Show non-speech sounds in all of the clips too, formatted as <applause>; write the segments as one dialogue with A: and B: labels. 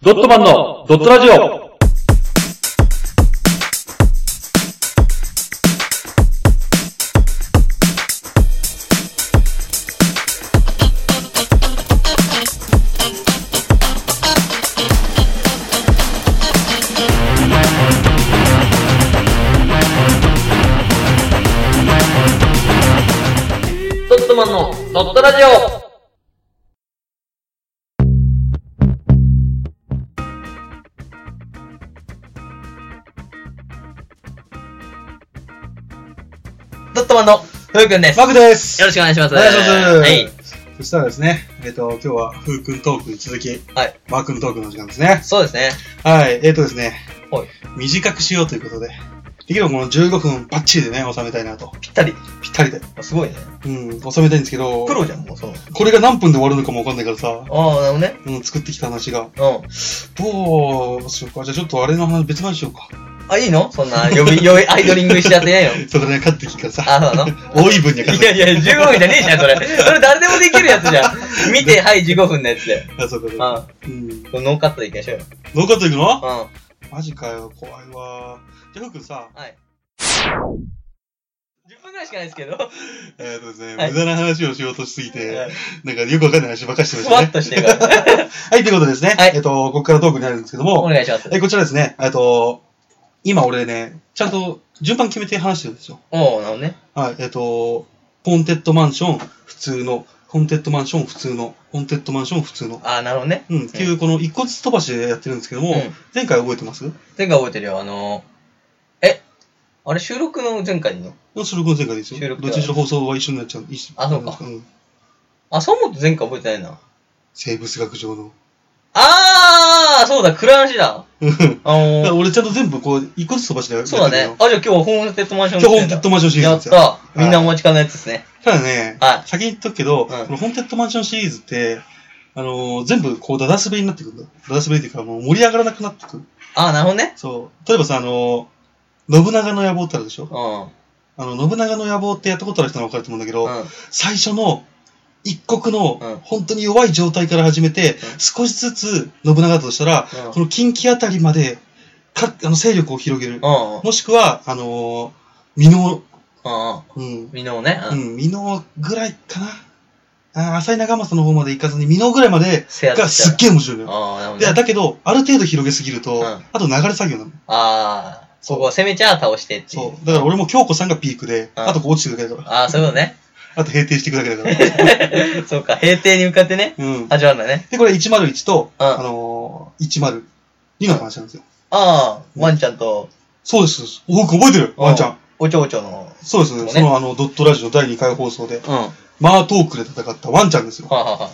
A: ドットマンのドットラジオ
B: ドットマンのドットラジオドットマンのふうくんです。よ
C: マクです。
B: ろしくお願いします。
C: お願いします。
B: はい。。
C: そしたらですね、えっ、と、今日は、ふうくんトークに続き、
B: はい。
C: マーくんトークの時間ですね。
B: そうですね。
C: はい。えっ、とですね、
B: はい
C: 短くしようということで、できればこの15分バッチリでね、収めたいなと。
B: ぴったり。
C: ぴったりで。
B: すごいね。
C: うん、収めたいんですけど、
B: プロじゃん、もうその。
C: これが何分で終わるのかもわかんないからさ、
B: ああ、なるほどね。
C: うん、作ってきた話が。
B: う
C: どうしようか。じゃあちょっとあれの話、別の話しようか。
B: ん。あ、いいのそんな、呼び、呼び、アイドリングしちゃってないよ。
C: それね、勝ってきたからさ、
B: あ、そうなの
C: 多い分にはい勝
B: や
C: て
B: いや、15分じゃねえじゃん、それ。それ誰でもできるやつじゃん。見て、はい、15分のやつで。
C: ない。あ、そうかそうか。
B: あ
C: うん。ど
B: これノーカットでいきましょうよ。
C: うかといくの
B: うん。
C: マジかよ、怖いわ。じゃあふうくんさ、
B: はい。10分ぐらいしかないですけど。
C: えーとですね、
B: はい
C: 無駄な話をしようとしすぎて、
B: はい
C: なんかよくわかんない話ばっかりしてまし
B: ふ
C: た
B: わっ
C: ね。
B: としてる
C: <laughs>
B: から。
C: はい、ということでですね、
B: はい
C: えっと、ここからトークになるんですけど
B: お
C: も、
B: 願いします。
C: えこちらですね、えっと、今俺ね、ちゃんと順番決めて話してるんですよ。
B: おう、なのね。
C: はい、えっと、ホーンテッドマンション、普通の、ホーンテッドマンション、普通の、ホーンテッドマンション、普通の。
B: あー、なるほどね。
C: うん、っていう、この一個ずつ飛ばしでやってるんですけども、
B: うん
C: 前回覚えてます
B: 前回覚えてるよ、あのー、えあれ、収録の前回の
C: 収録の前回です
B: 収
C: よ。
B: 録
C: どっちにしろ放送は一緒になっちゃう。一緒
B: あそうか
C: ん
B: あ、そう思うと前回覚えてないな。
C: 生物学上の。
B: あー、そうだ、暗話だ。あ
C: だから <laughs>
B: のー、
C: 俺ちゃんと全部こう、一個ずつ飛ばしてやる
B: そうだね。。あ、じゃあ今日はホームテッドマンション
C: 今日ホーンテッドマンションシリーズ
B: や
C: なん
B: っ
C: ですよ。
B: た。みんなお待ちかねやつですね。
C: ただね、
B: はい
C: 先に言っとくけど、
B: はい
C: このホーンテッドマンションシリーズって、あのー全部こう、ダダ滑りになってくるんだ。ダダ滑りっていうか、もう盛り上がらなくなってくる。
B: あー、なるほどね。
C: そう。例えばさ、あのー信長の野望ってあるでしょ
B: う
C: あの、信長の野望ってやったことある人は分かると思うんだけど、
B: ん。うん。
C: 最初の、一国
B: うん
C: の、本当に弱い状態から始めて、
B: うん
C: 少しずつ信長だとしたら、
B: うん
C: この近畿あたりまで、か、あの、勢力を広げる。
B: うん。うん
C: もしくは、あのー、箕面、
B: うん。
C: うん、
B: みんなもね。う
C: う
B: ん。
C: ん、箕面ぐらいかな。あー浅井長政の方まで行かずに、箕面ぐらいまで
B: せやっ
C: がすっげえ面白いのよ。
B: あー、なるほ
C: い
B: ど
C: や、
B: ね。
C: だけど、ある程度広げすぎると、
B: うん
C: あと流れ作業なの。
B: あー、そこを攻めちゃあ倒してっていう。
C: そう。だから俺も京子さんがピークで、
B: うん
C: あとこう落ちていくだけだか
B: ああ、そういうことね。 <laughs>
C: ら。あと平定していくだけだから。
B: そうか、平定に向かってね、
C: うん。
B: 始まるんだね。
C: で、これ101と、
B: うん
C: あのー、102の話なんですよ。
B: ああ、ワンちゃんと、
C: そうですそうです。お僕覚えてるワンちゃん。
B: おちょおちょの、
C: そうです
B: そうね
C: そのあの、ドットラジオ第2回放送で、
B: うん。は
C: マートークで戦ったワンちゃんですよ。
B: あ、はあはあ、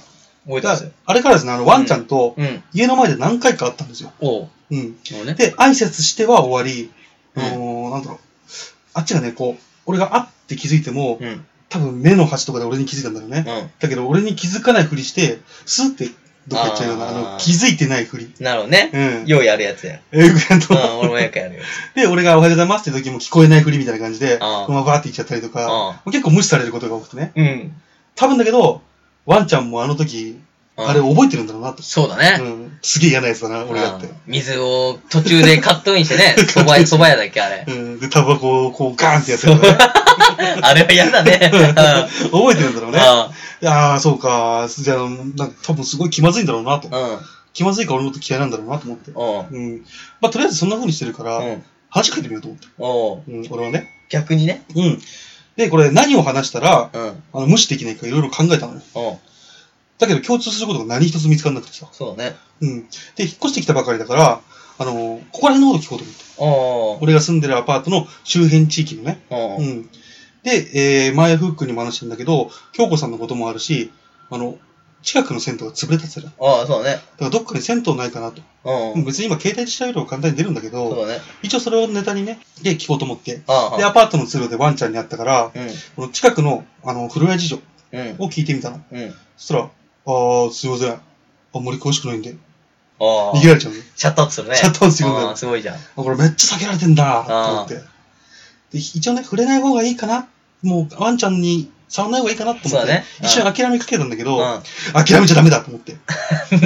B: 覚えてます
C: だからあれからですね、あの、ワンちゃんと
B: うん。
C: 家の前で何回かあったんですよ。
B: おう。
C: うん。
B: そうね。
C: で、挨拶しては終わり、
B: うん
C: あのーなんだろう、あっちがね、こう、俺があって気づいても、
B: うん。うん。
C: 多分目の端とかで俺に気づいたんだろうね。だけど俺に気づかないふりして、スーってどっか行っちゃうような、
B: あ
C: あ
B: ー
C: の、気づいてないふり。
B: なるほどね。
C: うん。
B: ようやるやつや。
C: えよくやっ
B: う
C: と
B: ん、俺もよくやるよ。
C: で、俺がおはようございますって時も聞こえないふりみたいな感じで、
B: あー
C: このままバーって行っちゃったりとか、
B: う
C: 結構無視されることが多くてね。
B: ん。 <laughs> うん。
C: 多分だけど、ワンちゃんもあの時、あれ
B: を。
C: 覚えてるんだろうなと。
B: そうだね。
C: うん。すげえ嫌なやつだな、俺だって
B: うん。水を途中で <laughs> カットインしてね、そばや、そば屋だっけ、あれ
C: う。ん。で、タバコをこうガーンってやってるからね。
B: あれは嫌だ <laughs> ね。
C: 覚えてるんだ
B: う。
C: ろうんね。ああ、そうか。じゃあ、なんか多分すごい気まずいんだろうなと。
B: う
C: 気まずいから俺のこと嫌いなんだろうなと思って。
B: ん。うん。
C: うん。まあ、とりあえずそんな風にしてるから、
B: うん。
C: 話しかけてみようと思って。
B: おう。
C: うん、俺はね。
B: 逆にね。
C: うん。で、これ何を話したら、
B: うん。
C: あの無視できないかいろいろ考えたのよ。
B: おう。
C: だけど共通することが何一つ見つかんなくてさ。
B: そうだね。
C: うん。で、引っ越してきたばかりだから、あのここら辺のこと聞こうと思って。
B: おう。
C: 俺が住んでるアパートの周辺地域のね。
B: おう
C: う。ん。で、えー、前フックにも話したんだけど、京子さんのこともあるし、あの、近くの銭湯が潰れたってたじゃん。だ
B: ああ、そうだね。
C: からどっかに銭湯ないかなと。
B: う
C: うん
B: ん。
C: 別に今携帯自体よりは簡単に出るんだけど、
B: そうだね。
C: 一応それをネタにね、で聞こうと思って。
B: あ
C: で、アパートの通路でワンちゃんに会ったから、
B: あ。
C: この近くの、あの、古屋事情
B: うん。うん。
C: を聞いてみたの。
B: うん。
C: そしたら、あー、すいません。あんまり詳しくないんで。
B: ああ
C: 逃。げられちゃうの。
B: シャットアウトするね。
C: シャットアウトするね
B: ああすごいじゃん。
C: あこれめっちゃ避けられてんだ、と思って。で、一応ね、触れない方がいいかな。もう、ワンちゃんに触らない方がいいかなと思
B: そ
C: っ
B: う
C: て、
B: だねうん
C: 一瞬諦めかけたんだけど、
B: うん
C: 諦めちゃダメだと思って。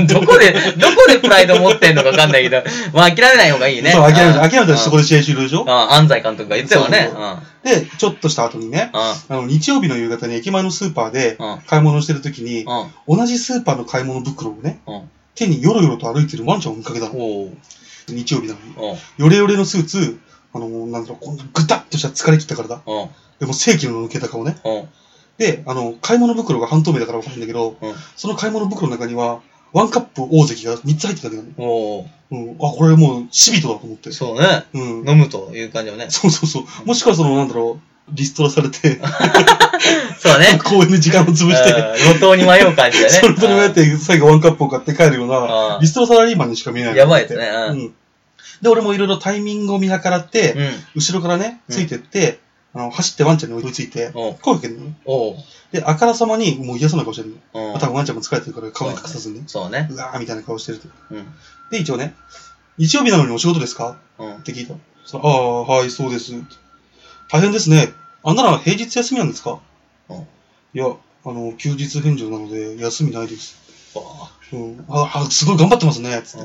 B: どこ
C: <laughs>
B: で、どこでプライド持ってんのかわかんないけど、まあ諦めない方がいいね。
C: そう、諦めた。諦めたらそこ
B: で。
C: で試合終了でしょ
B: うん、安西監督が言ってたよね。。
C: そううん
B: うん。
C: で、ちょっとした後にね、あの、日曜日の夕方に駅前のスーパーで
B: うん
C: 買い物してる時に、
B: うん。
C: 同じスーパーの買い物袋をね、
B: うん。
C: 手にヨロヨロと歩いてるワンちゃんを見かけたの。
B: おう
C: 日曜日なのに。
B: おう
C: ヨレヨレのスーツ、あの、なんだろう、こんなぐたっとした疲れ切った体。
B: おう
C: でもう正規の抜けた顔ね。
B: おう
C: で、あの、買い物袋が半透明だからわかんないんだけど、
B: うん
C: その買い物袋の中には、ワンカップ大関が3つ入ってたわけどね。
B: おう
C: うん。あ、これもう、シビトだと思って。
B: そうね。
C: うん。
B: 飲むという感じよね。
C: そうそうそう。もしくはその、なんだろう、リストラさ
B: <laughs>
C: れて、
B: そうだね。
C: 公園で時間を <laughs> 潰して、
B: うん路頭に迷う感じだね。
C: <laughs> それと迷って、最後ワンカップを買って帰るよう
B: う
C: な、
B: ん
C: リストラサラリーマンにしか見えないなと思って。
B: やばいですね
C: うん。で、俺もいろいろタイミングを見計らって、
B: うん。うん。
C: 後ろからね、
B: うん
C: ついてって、あの、走ってワンちゃんに追いついて、
B: おう
C: 声かけるのね。
B: おう
C: で、あからさまに、もう嫌そうな顔してるの。
B: おう
C: まあ多分ワンちゃんも疲れてるから顔に隠さずにね。
B: そうね。
C: うわーみたいな顔してると。
B: うん。
C: で、一応ね、日曜日なのにお仕事ですか
B: うん
C: っ。て聞いたの。そのああ、はい、そうです。大変ですね。あんなら平日休みなんですか
B: うん
C: いや、あの、休日返上なので、休みないです。
B: おう
C: うん。ああ、すごい頑張ってますね、つっ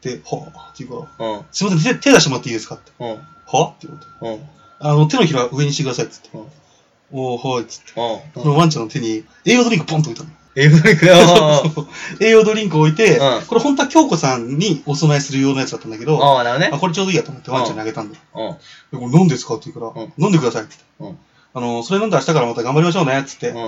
C: て。で、はあ、って言うから、
B: うん。
C: すいません、手手出してもらっていいですかって。
B: うん。
C: はあって言われて。
B: うん。うん。
C: あの、手のひら上にしてください、つって。
B: うん
C: おー、はい、つって。
B: うん
C: そ。のワンちゃんの手に栄養ドリンクポンと置いたの。
B: エブリクだよ。
C: 栄養ドリンクを置いて、
B: うん
C: これ本当は京子さんにお供えするようなやつだったんだけど、
B: ああ、なる
C: あ
B: ほ
C: これちょうどいいやと思ってワンちゃんにあげたんだよ。
B: どね。
C: でこれ飲んですかって言うから、
B: うん
C: 飲んでくださいって言って、
B: うん
C: あの、それ飲んだら明日からまた頑張りましょうねっつって、
B: うん。うん。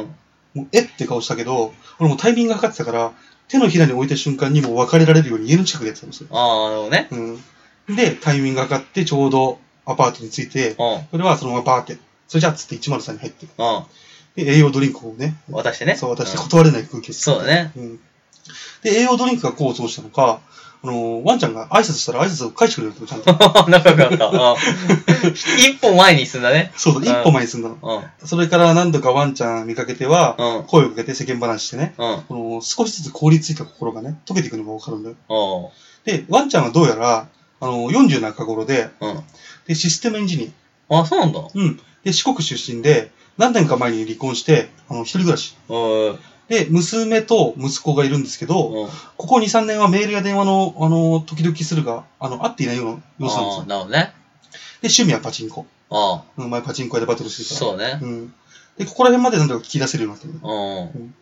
C: もうえって顔したけど、俺もうタイミングがかかってたから、手のひらに置いた瞬間にもう別れられるように家の近くでやってたんですよ。
B: ああ、なるほどね。
C: うん、で、タイミングがかかってちょうどアパートに着いて、
B: うん。
C: それはそのままバーって、それじゃあっつって103に入って、
B: う
C: で栄養ドリンクをね、
B: ん。渡してね。
C: そう渡して
B: うん
C: 断れない空気を作
B: そうだね。
C: うんで、栄養ドリンクが功を奏したのか、あのーワンちゃんが挨拶したら挨拶を返してくれるとちゃ
B: <laughs>
C: んと。
B: 仲良くなった。うん一歩前に進んだね。
C: そうそう、
B: うん
C: 一歩前に進んだの。
B: うん。
C: それから何度かワンちゃん見かけては、
B: うん。
C: 声をかけて世間話してね、
B: うん。
C: この少しずつ凍りついた心がね、溶けていくのがわかるんだよ。
B: おう
C: で、ワンちゃんはどうやら、あのー、40中頃で、
B: うん。
C: で、システムエンジニ
B: あ、そうなんだ。
C: ア。うん。で、四国出身で、何年か前に離婚して、あの、一人暮らし。
B: おう
C: で、娘と息子がいるんですけど、
B: うん。
C: ここ2、3年はメールや電話の、あのー、時々するが、あの、会っていないような様子なんで
B: あ
C: すよ
B: あ、。なるほどね。
C: で、趣味はパチンコ。
B: ああ、
C: うん、前パチンコ屋でバトルしてたから。
B: そうね。
C: う。ん。で、ここら辺までなんとか聞き出せるようになったの
B: うん。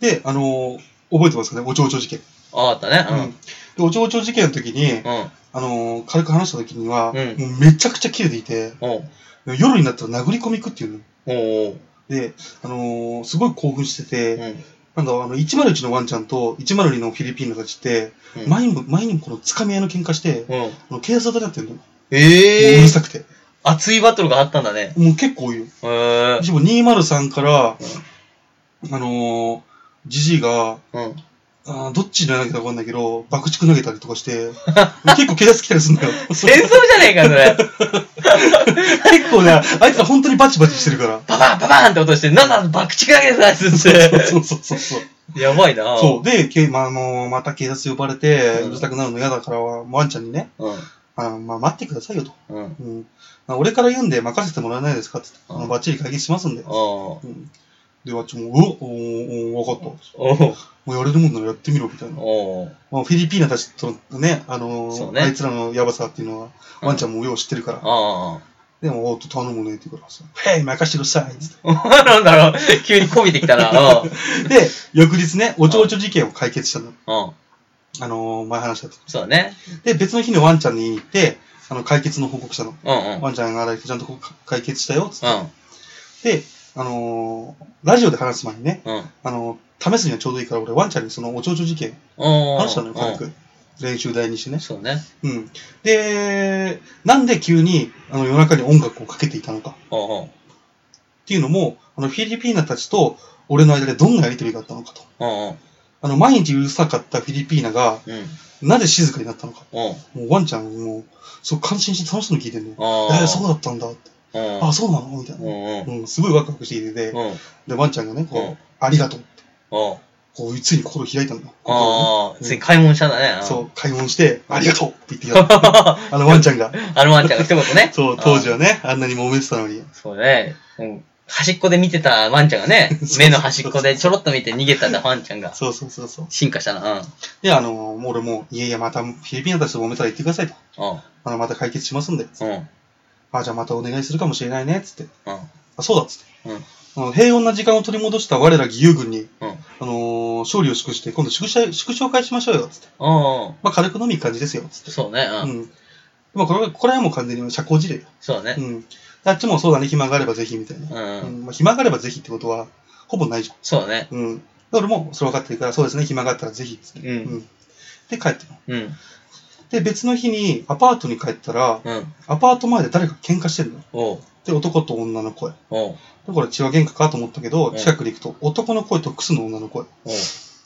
C: で、あのー覚えてますかね、おちょおちょ事件。
B: ああった
C: うん。
B: ね。
C: で、おちょおちょ事件の時に、
B: うん。うん。
C: あのー軽く話した時には、
B: うん
C: もうめちゃくちゃ切れていて、
B: おう
C: 夜になったら殴り込み行くっていうの。
B: おう
C: で、あのーすごい興奮して
B: う
C: て、
B: ん。
C: なんだろう、あの、101のワンちゃんと102のフィリピンのたちって、
B: うん
C: 前にも、前にもこのつかみ合いの喧嘩して、
B: うん。
C: あの警察になってるの。もうう
B: ええ
C: る。さくて。
B: 熱いバトルがあったんだね。
C: もう結構多いよ。
B: へえ。
C: でも203から、あのー、じじいが、
B: うん。
C: あーどっちに投げたかわかんないけど、爆竹投げたりとか
B: <laughs>
C: して、結構警察来たりするんだよ。
B: 戦争じゃねえか、それ。
C: <laughs> 結構ね、あいつら本当にバチバチしてるから。
B: ババンババンって音して、なんだ、爆竹投げてたやつっ
C: そ <laughs>
B: て。
C: うそうそうそう。
B: やばいな。
C: そう。で、けまあ、あのーまた警察呼ばれて、
B: うん
C: うるさくなるの嫌だから、ワンちゃんにね、
B: う。
C: あのまあ、待ってくださいよと。
B: うん。うん。
C: うんまあ俺から言うんで任せてもらえないですかって言って、
B: うん
C: あのバッチリ解決しますんで。
B: おう
C: うん、で、わっちも、うおおーおーわかった。
B: おう
C: もうやれるもんならやってみろ、みたいな。
B: おう
C: まあ、フィリピーナたちとのね、あのー
B: そうね
C: あいつらのヤバさっていうのは、
B: うん
C: ワンちゃんもよう知ってるから。
B: あ
C: でも、おっと、頼むねって言うからさ、へい、任してくださいっつっ
B: あ。 <laughs> なんだろう、急にこびてきた
C: <laughs>
B: な。うん。
C: て。で、翌日ね、おちょおちょ事件を解決したの。
B: うん。
C: あのー前話したと。
B: そうだね。
C: で、別の日にワンちゃんに行って、あの、解決の報告したの。
B: うんうん。うん。
C: ワンちゃんがちゃんとこう解決したよ、つっ
B: うん。
C: て。で、あのーラジオで話す前にね、
B: うん。
C: あのー試すにはちょうどいいから、俺、ワンちゃんにそのおちょおちょ事件、
B: うん。
C: 話したのよ、軽
B: う
C: く。練習台にしてね
B: ん。。そうね。
C: うん。で、なんで急に、あの、夜中に音楽をかけていたのか。
B: うんうん。
C: っていうのも、あの、フィリピーナたちと俺の間でどんなやりとりがあったのかと。
B: うんうん。
C: あの、毎日うるさかったフィリピーナが、
B: うん。
C: なぜ静かになったのか。
B: うん。
C: もうワンちゃんもう、そう、感心して楽しそうに聞いてるのよ。
B: あ
C: えー、そう
B: う。
C: だったんだって。
B: うん。
C: あ、そうなのみたい
B: うん
C: な。
B: うん。
C: うん、すごいワクワクしていてて、
B: うん。うん。
C: で、ワンちゃんがね、
B: う
C: こ
B: ん
C: う、ありがとうって、
B: あ
C: こう、ついに心を開いたんだ。心を
B: あ。ついに買い物したんだね。
C: ねそう、開門して、ありがとうって言ってきた。あの、ワンちゃんが。
B: あのワンちゃんが一言ね。
C: そう、当時はね、あんなに揉めてたのに。
B: そうね。うん。端っこで見てたワンちゃんがね
C: <laughs> そうそう、
B: 目の端っこでちょろっと見て逃げたワンちゃんが、
C: そうそうそうそう。
B: 進化したな。うん。
C: いや、あの、もう俺も、いやいや、またフィリピンの人と揉めたら言ってくださいと。
B: う
C: あの、また解決しますんで。
B: ん。うん。
C: あ、じゃあまたお願いするかもしれないね、つって。
B: うん。
C: あ、そうだ、つって。
B: うん
C: あの平穏な時間を取り戻した我ら義勇軍に、
B: うん
C: あのー勝利を祝して、今度祝謝、祝勝会しましょうよ、つって。
B: うんうん。
C: まあ、軽く飲み行く感じですよ、つって。
B: そうね。
C: う
B: うん。
C: ん。まあ、これは、これはもう完全に社交辞令よ。
B: そうだ
C: う
B: ね。
C: ん。あっちもそうだね、暇があればぜひ、みたいな。
B: うん
C: う
B: うん。
C: んまあ、暇があればぜひってことは、ほぼないじ
B: そうだね。
C: ゃん。うん。俺もそれ分かってるから、そうですね、暇があったらぜひ、つって。
B: う。
C: うんん。で、帰ってるの。
B: うん。
C: で、別の日にアパートに帰ったら、
B: うん。
C: アパート前で誰か喧嘩してるの。
B: おう。
C: で、男と女の声。
B: おう。
C: だから血は喧嘩かと思ったけど、
B: うん
C: 近くに行くと男の声と複数の女の声。
B: おう。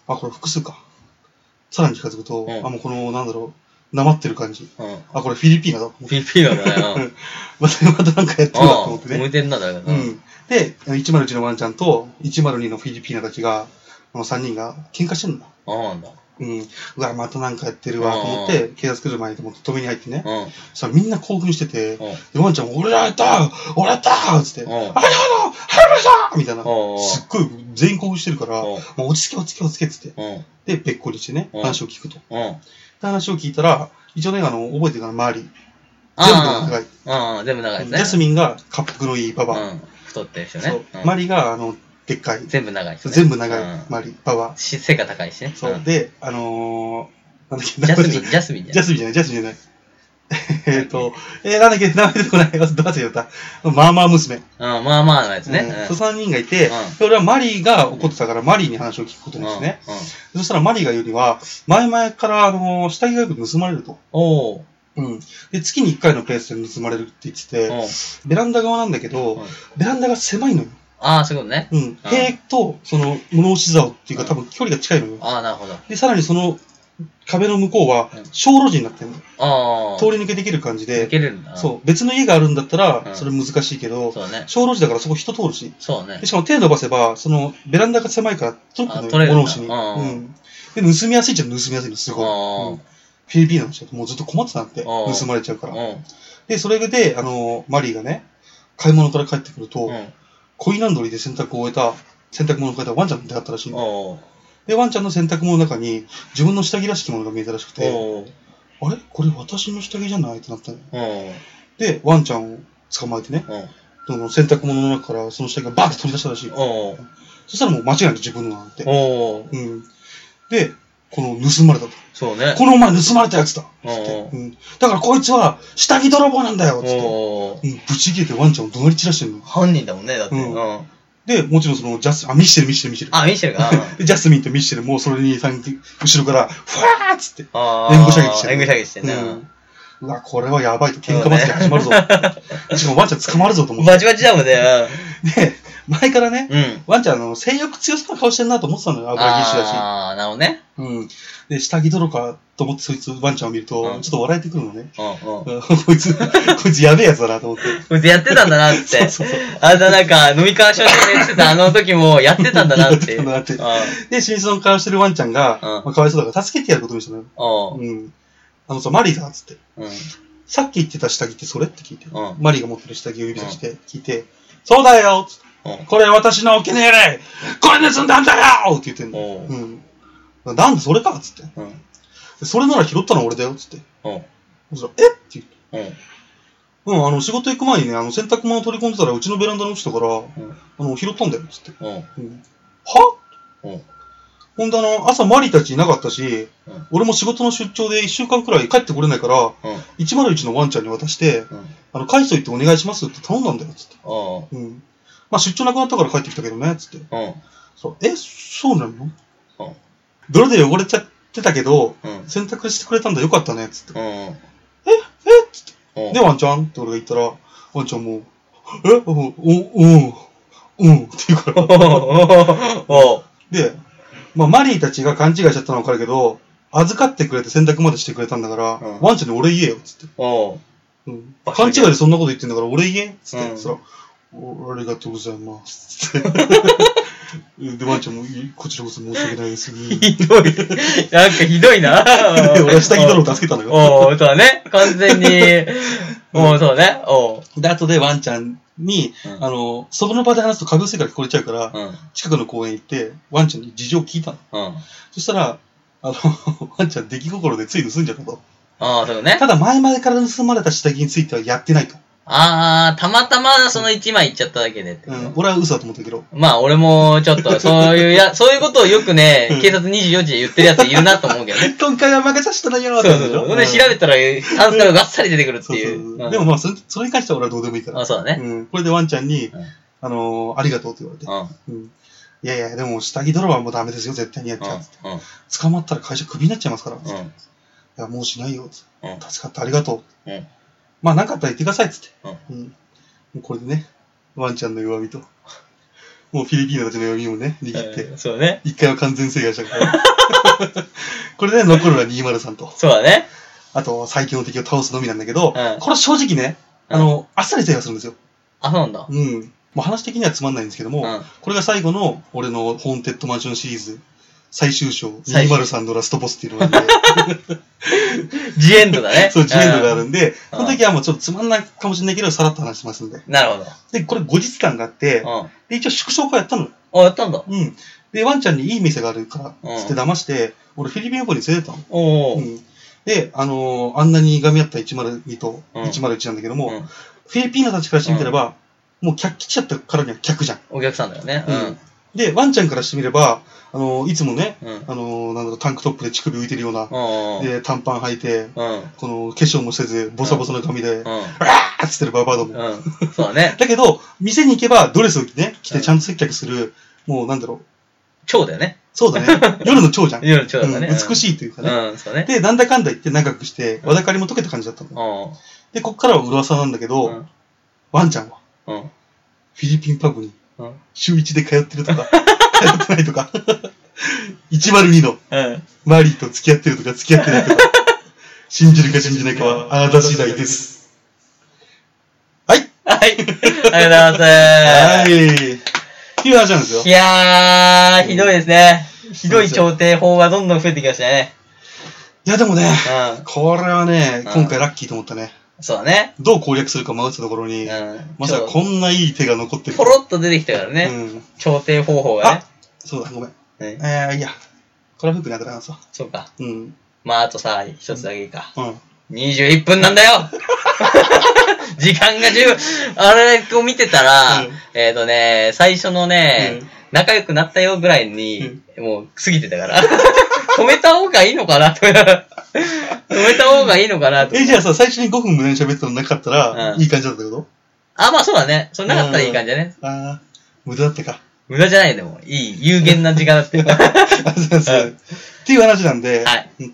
C: あ、これ複数か。さらに近づくと、
B: うん
C: あ、もうこの、なんだろう、なまってる感じ。
B: うん。
C: あ、これフィリピーナだ。 <laughs>
B: ピーピーだね。うん。
C: また、またなんかやってるなと思って
B: うん。向
C: ね。
B: いてんな、だよ。
C: う。ん。で、101のワンちゃんと102のフィリピーナたちが、この3人が喧嘩してるんだ。
B: あなんだ。
C: うん。うわ、またなんかやってるわ、と思っ
B: うん
C: て、警察来る前にと思って止めに入ってね。
B: うん。
C: そしたらみんな興奮して
B: う
C: て、
B: ん。
C: で、ワンちゃん、俺らやった俺やったつって、
B: うん
C: あれやろ早くしたみたいな。
B: おうおう
C: すっごい全員興奮してるから、も
B: おう
C: う落ち着け落ち着け落ち着けっつって。
B: うん。
C: で、べっこりしてね、
B: うん
C: 話を聞くと。で、
B: うん。
C: 話を聞いたら、一応ね、あの、覚えてるかな、周り。全部が
B: あ
C: 長い。
B: あ。うん。全部長いやつ
C: ジ
B: ね。
C: ャスミンが、滑覆のいいババア。
B: うん。太ってる人
C: そう
B: ね。うん
C: マリが、あの、でっかい。
B: 全部長い人ね。
C: 全部長い、
B: うん
C: マリ、ババ
B: し背が高いしね。
C: ア。そう。
B: んジ
C: で、あのー、なんだっけ、
B: ャスミ
C: ジ
B: ン、ジャスミンじ
C: ャ
B: ゃん。
C: スミンじゃない、ジャスミンじゃない。 <laughs> えっと、えー、なんだっけ、名前出てこない。どうせ言った。まあまあ娘。
B: うん、まあまあのやつね。
C: うんそう3人がいて、
B: うん
C: で俺はマリーが怒ってたから、マリーに話を聞くこと
B: うん
C: にして
B: うん。
C: ね。そしたらマリーが言うには、前々から、あのー下着がよく盗まれると。
B: おお。
C: うん。で、月に1回のペースで盗まれるって言ってて、
B: うん
C: ベランダ側なんだけど、
B: うん
C: ベランダが狭いのよ。
B: ああ、そういうことね。
C: うん。塀と、その、物干し竿っていうか、
B: うん
C: 多分距離が近いのよ。
B: ああ、なるほど。あ
C: で、さらにその、壁の向こうは
B: うん、
C: 小路地になってるの。
B: あ。
C: 通り抜けできる感じ
B: 抜
C: で、
B: けれるんだ。
C: そう。別の家があるんだった
B: う
C: ら、
B: ん
C: それ難しいけど、
B: そうね。
C: 小路地だからそこ人通るし。
B: そうね
C: で。しかも手伸ばせば、そのベランダが狭いから届く
B: あ
C: の
B: 取れ
C: よ、
B: るん
C: 物
B: だ
C: 干しに。
B: うん
C: うん。で、盗みやすいっちゃ盗みやすいの、すごい。
B: あー
C: うんフィリピンの人もうずっと困ってたんだって、
B: あー
C: 盗まれちゃうか
B: うん。
C: ら。で、それで、あの、マリーがね、買い物から帰ってくると、
B: うん。
C: コインランドリーで洗濯を終えた、洗濯物を変えたワンちゃんと出会ったらしいの。
B: おお。
C: で、ワンちゃんの洗濯物の中に、自分の下着らしきものが見えたらしくて、
B: おお。
C: あれこれ私の下着じゃないってなったのよ。
B: おお。
C: で、ワンちゃんを捕まえてね、その洗濯物の中からその下着がバーって取り出したらしい。
B: おお。
C: そしたらもう間違いなく自分のなんて。
B: おお。
C: うん。で、この盗まれたと。
B: そうね。
C: このお前盗まれたやつだっつっ
B: お。
C: て
B: う
C: うん。だからこいつは下着泥棒なんだよっつって。
B: おお。
C: うん、ぶち切れてワンちゃんを怒鳴り散らしてるの。
B: 犯人だもんね、だって。
C: う
B: うんん。
C: で、もちろんそのジャス、あ、ミッシェル、ミッシェル、ミッシェル。
B: あ、見してるか。
C: で、 <laughs> ジャスミンとミッシェルもそれに参加後ろから、ふわーっつって。
B: ああ。
C: 援護射撃してる
B: 援護射撃してん
C: う
B: な。
C: ん。うわ、これはやばいと。喧嘩祭り始まるぞ。しかもワンちゃん捕まるぞと
B: <laughs>
C: 思って。
B: バチバチだもんね。
C: で、前からね、
B: うん。うん
C: ワンちゃんあの性欲強そうな顔してるなと思ってたのよ。あ、これ義手だし。
B: ああ、なるほどね。
C: うん。で、下着泥かと思ってそいつワンちゃんを見ると、
B: うん
C: ちょっと笑えてくるのね。
B: うんうん。
C: うん <laughs> こいつ、こいつやべえやつだなと思って。
B: こいつやってたんだなって。
C: そうそう
B: あんたなんか、飲み会しようとしてたあの時もやってたんだなって。
C: やってたんだなって
B: うん。
C: で、シミソン顔してるワンちゃんが、
B: うん
C: まあ、かわいそうだから助けてやることにしたのよ。
B: うん。
C: うん。あのさ、マリーだっつって。
B: うん。
C: さっき言ってた下着ってそれって聞いて。
B: うん
C: マリーが持ってる下着を指さして聞いて、そうだよっつって
B: うん
C: これ私のお気に入りこれ盗んだんだよって言ってんの。
B: おう
C: うん。なんだそれかっつって。
B: うん。
C: でそれなら拾ったの俺だよっつって。
B: うん。
C: そしたらえって言って。
B: うん。
C: うん、あの、仕事行く前にね、あの、洗濯物取り込んでたら、うちのベランダに落ちたから、
B: うん
C: あの、拾ったんだよ、つって。
B: うん。
C: うんは
B: うん。
C: ほんであの、朝マリたちいなかったし、
B: うん
C: 俺も仕事の出張で1週間くらい帰ってこれないから、
B: うん。
C: 101のワンちゃんに渡して、
B: うん。
C: あの、返しといてお願いしますって頼んだんだよ、つって。
B: うん。
C: うん。まあ、出張なくなったから帰ってきたけどね、つって。
B: うん。
C: そう、え、そうなの
B: うん
C: 泥で汚れちゃってたけど、
B: うん。
C: 洗濯してくれたんだよかったね、つって。
B: うん。え
C: で、ワンちゃんって俺が言ったら、ワンちゃんも、えうん、うん、うん、って言うから。
B: お
C: で、まあ、マリーたちが勘違いしちゃったのはわかるけど、預かってくれて洗濯までしてくれたんだから、
B: うん
C: ワンちゃんに俺言えよ、つって。
B: おお
C: うん
B: バカ
C: 勘違い
B: じゃん
C: でそんなこと言ってんだから俺言え、つって。
B: うん
C: そら、おありがとうございます、つって。で、ワンちゃんも、いこちらこそ申し訳ないで
B: <laughs>
C: す。で、
B: ひどい。なんかひどいな。
C: 俺は下着泥を助けたのよ。
B: おおそうだね。完全に。おおそうね。お
C: で、後でワンちゃんに、
B: うん
C: あの、その場で話すと家具声から聞こえちゃうから、
B: うん。
C: 近くの公園行って、ワンちゃんに事情を聞いたの。
B: うん。
C: そしたら、あの、 <laughs> ワンちゃん出来心でつい盗んじゃったと。
B: ああ、そうね
C: た。だ、前々から盗まれた下着についてはやってないと。
B: ああ、たまたまその1枚いっちゃっただけでって
C: う
B: こと
C: ん、俺は嘘だと思ったけど。
B: まあ、俺も、ちょっ
C: <laughs>
B: と、そういうや、そういうことをよくね
C: うん、
B: 警察24時で言ってるやついるなと思うけどね。
C: 今回は任させたらいいよ
B: そう
C: って
B: そう
C: やつでしょ
B: そう。で、調べたら、タンスからがっさり出てくるって
C: そう
B: い
C: そう
B: う。
C: そうう。
B: ん
C: でもまあそれ、それに関しては俺はどうでもいいから。
B: あ、そうだね。
C: うん、これでワンちゃんに、
B: うん
C: あのーありがとうって言われて
B: う。ん。うん。
C: うんいやいや、でも下着泥棒はもうダメですよ、絶対にやっちゃう。
B: う
C: 捕まったら会社クビになっちゃいますから。い
B: ん。
C: や、もうしないよ。助
B: うん。
C: かった、ありがとう。
B: うん
C: まあ、なかったら言ってください、つって。うん。もうこれでね、ワンちゃんの弱みと、もうフィリピーノたちの弱みもね、握って、
B: うん。そうね。
C: 一回は完全制覇したから。これで残るは203と。
B: そうだね。
C: あと、最強の敵を倒すのみなんだけど、
B: うん
C: これ正直ね、あの、あっさり制覇するんですよ。
B: あ、そうなんだ。
C: うん。もう話的にはつまんないんですけども、
B: うん。
C: これが最後の俺のホーンテッドマンションシリーズ最終章
B: 最終
C: 203のラストボスっていうのがあるんで、
B: ジエンドだね。
C: <laughs> そう、ジエンドがある
B: うん
C: んで、
B: うん
C: その時はもうちょっとつまんないかもしれないけど、さらっと話しますんで。
B: なるほど。
C: で、これ後日談があって、
B: うん。
C: で、一応縮小会やったの。
B: あ、やったんだ。
C: うん。で、ワンちゃんにいい店があるから、
B: うん
C: つって騙して、俺フィリピン旅行に連れてったの。
B: おお。
C: う
B: うん。
C: ん。で、あのーあんなにいがみ合った102と
B: うん
C: 101なんだけども、フィリピーノたちからしてみれば、もう客来ちゃったからには客じゃん。
B: お客さんだよね。
C: で、ワンちゃんからしてみれば、あのーいつもね、
B: うん。うん。
C: あのーなんだろう、タンクトップで乳首浮いてるような、
B: うん。
C: で、短パン履いて、
B: うん。
C: この、化粧もせず、ボサボサの髪で、
B: う
C: あーっつってるババアども。
B: ん。うん。そうだね。
C: <laughs> だけど、店に行けばドレスを着てね、着
B: う
C: て
B: ん
C: ちゃんと接客する、もうなんだろう、
B: 蝶だよね。
C: そう
B: <laughs>
C: だね、夜の蝶じゃん。
B: いろいろ蝶だね。
C: うん美
B: い。
C: しいというかね。
B: うん、そうね。
C: で、なんだかんだ言って長くして、わだかりも解けた感じだったの。
B: う
C: で、こっからは噂なんだけど、
B: ん。
C: ワンちゃんは
B: うん。
C: フィリピンパブに
B: うん。
C: 週1で通ってる
B: <laughs>
C: とか、通ってないとか、102の
B: うん。
C: マリーと付き合ってるとか付き合ってな
B: <laughs>
C: いとか、信じるか信じないかはあなた次第です。はい。
B: はい。ありがとうございます。
C: はい。っていう話なんですよ
B: い。やー、ひどいですね。ひどい調停法がどんどん増えてきましたね。
C: いやでもね、
B: う
C: これはね、
B: うん
C: 今回ラッキーと思ったね。
B: ん。そうだね。
C: どう攻略するか迷ってたところ
B: う
C: に、
B: ん。
C: まさかこんないい手が残ってる
B: ポロッと出てきたから
C: う
B: ね。
C: ん。
B: 調停方法が
C: そうだ、ごめん。
B: ね。ね
C: えー、いや。これは服に当たらなさ。
B: そうか。
C: うん。うん。
B: まあ、あとさ、一つだけいいか。
C: うん。
B: 21分なんだよ時間が十分。あれを見てたら、
C: うん
B: えっ、とね、最初のね、仲良くなったよぐらいに、もう過ぎてたから。止めた方がいいのかなと。止めた方がいいのかなと。
C: え、じゃあさ、最初に5分無駄に喋ってたのなかったら、
B: うん
C: いい感じだったってこと
B: あ、まあそうだね。それなかったらいい感じだね。
C: あー、無駄だったか。
B: 無駄じゃないよでも。いい、有限な時間だって。は
C: あそうそう。っていう話なんで、
B: い。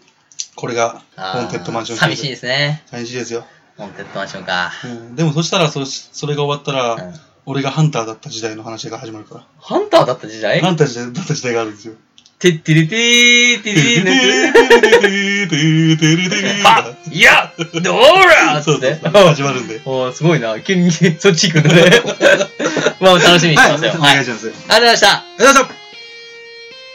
C: これが、ホ
B: あー
C: ーンテッドマンション
B: 寂しいですね。
C: 寂しいですよ。
B: ホーンテッドマンションか。
C: うん、でもそしたらそ、それが終わったら、
B: うん
C: 俺がハンターだった時代の話が始まるか
B: ハンターだった時代
C: ら。ハンター時代だった時代があるんですよ。
B: てってれてー、てれてー、はっいやどうらっつっ
C: そうそう
B: て
C: そう。始まるんで。
B: おーすごいな。急にそっち行くん <laughs> だね。まあ、楽しみにしてますよ。
C: お
B: はい。あ
C: 願
B: りがと
C: いします。
B: うございました。
C: ありがとうございました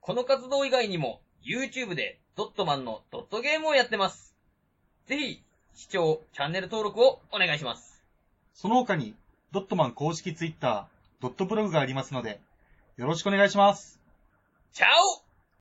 B: この活動以外にも、YouTube でドットマンのドットゲームをやってます。ぜひ、視聴、チャンネル登録をお願いします。
D: その他に、ドットマン公式ツイッター、ドットブログがありますので、よろしくお願いします。
B: チャオ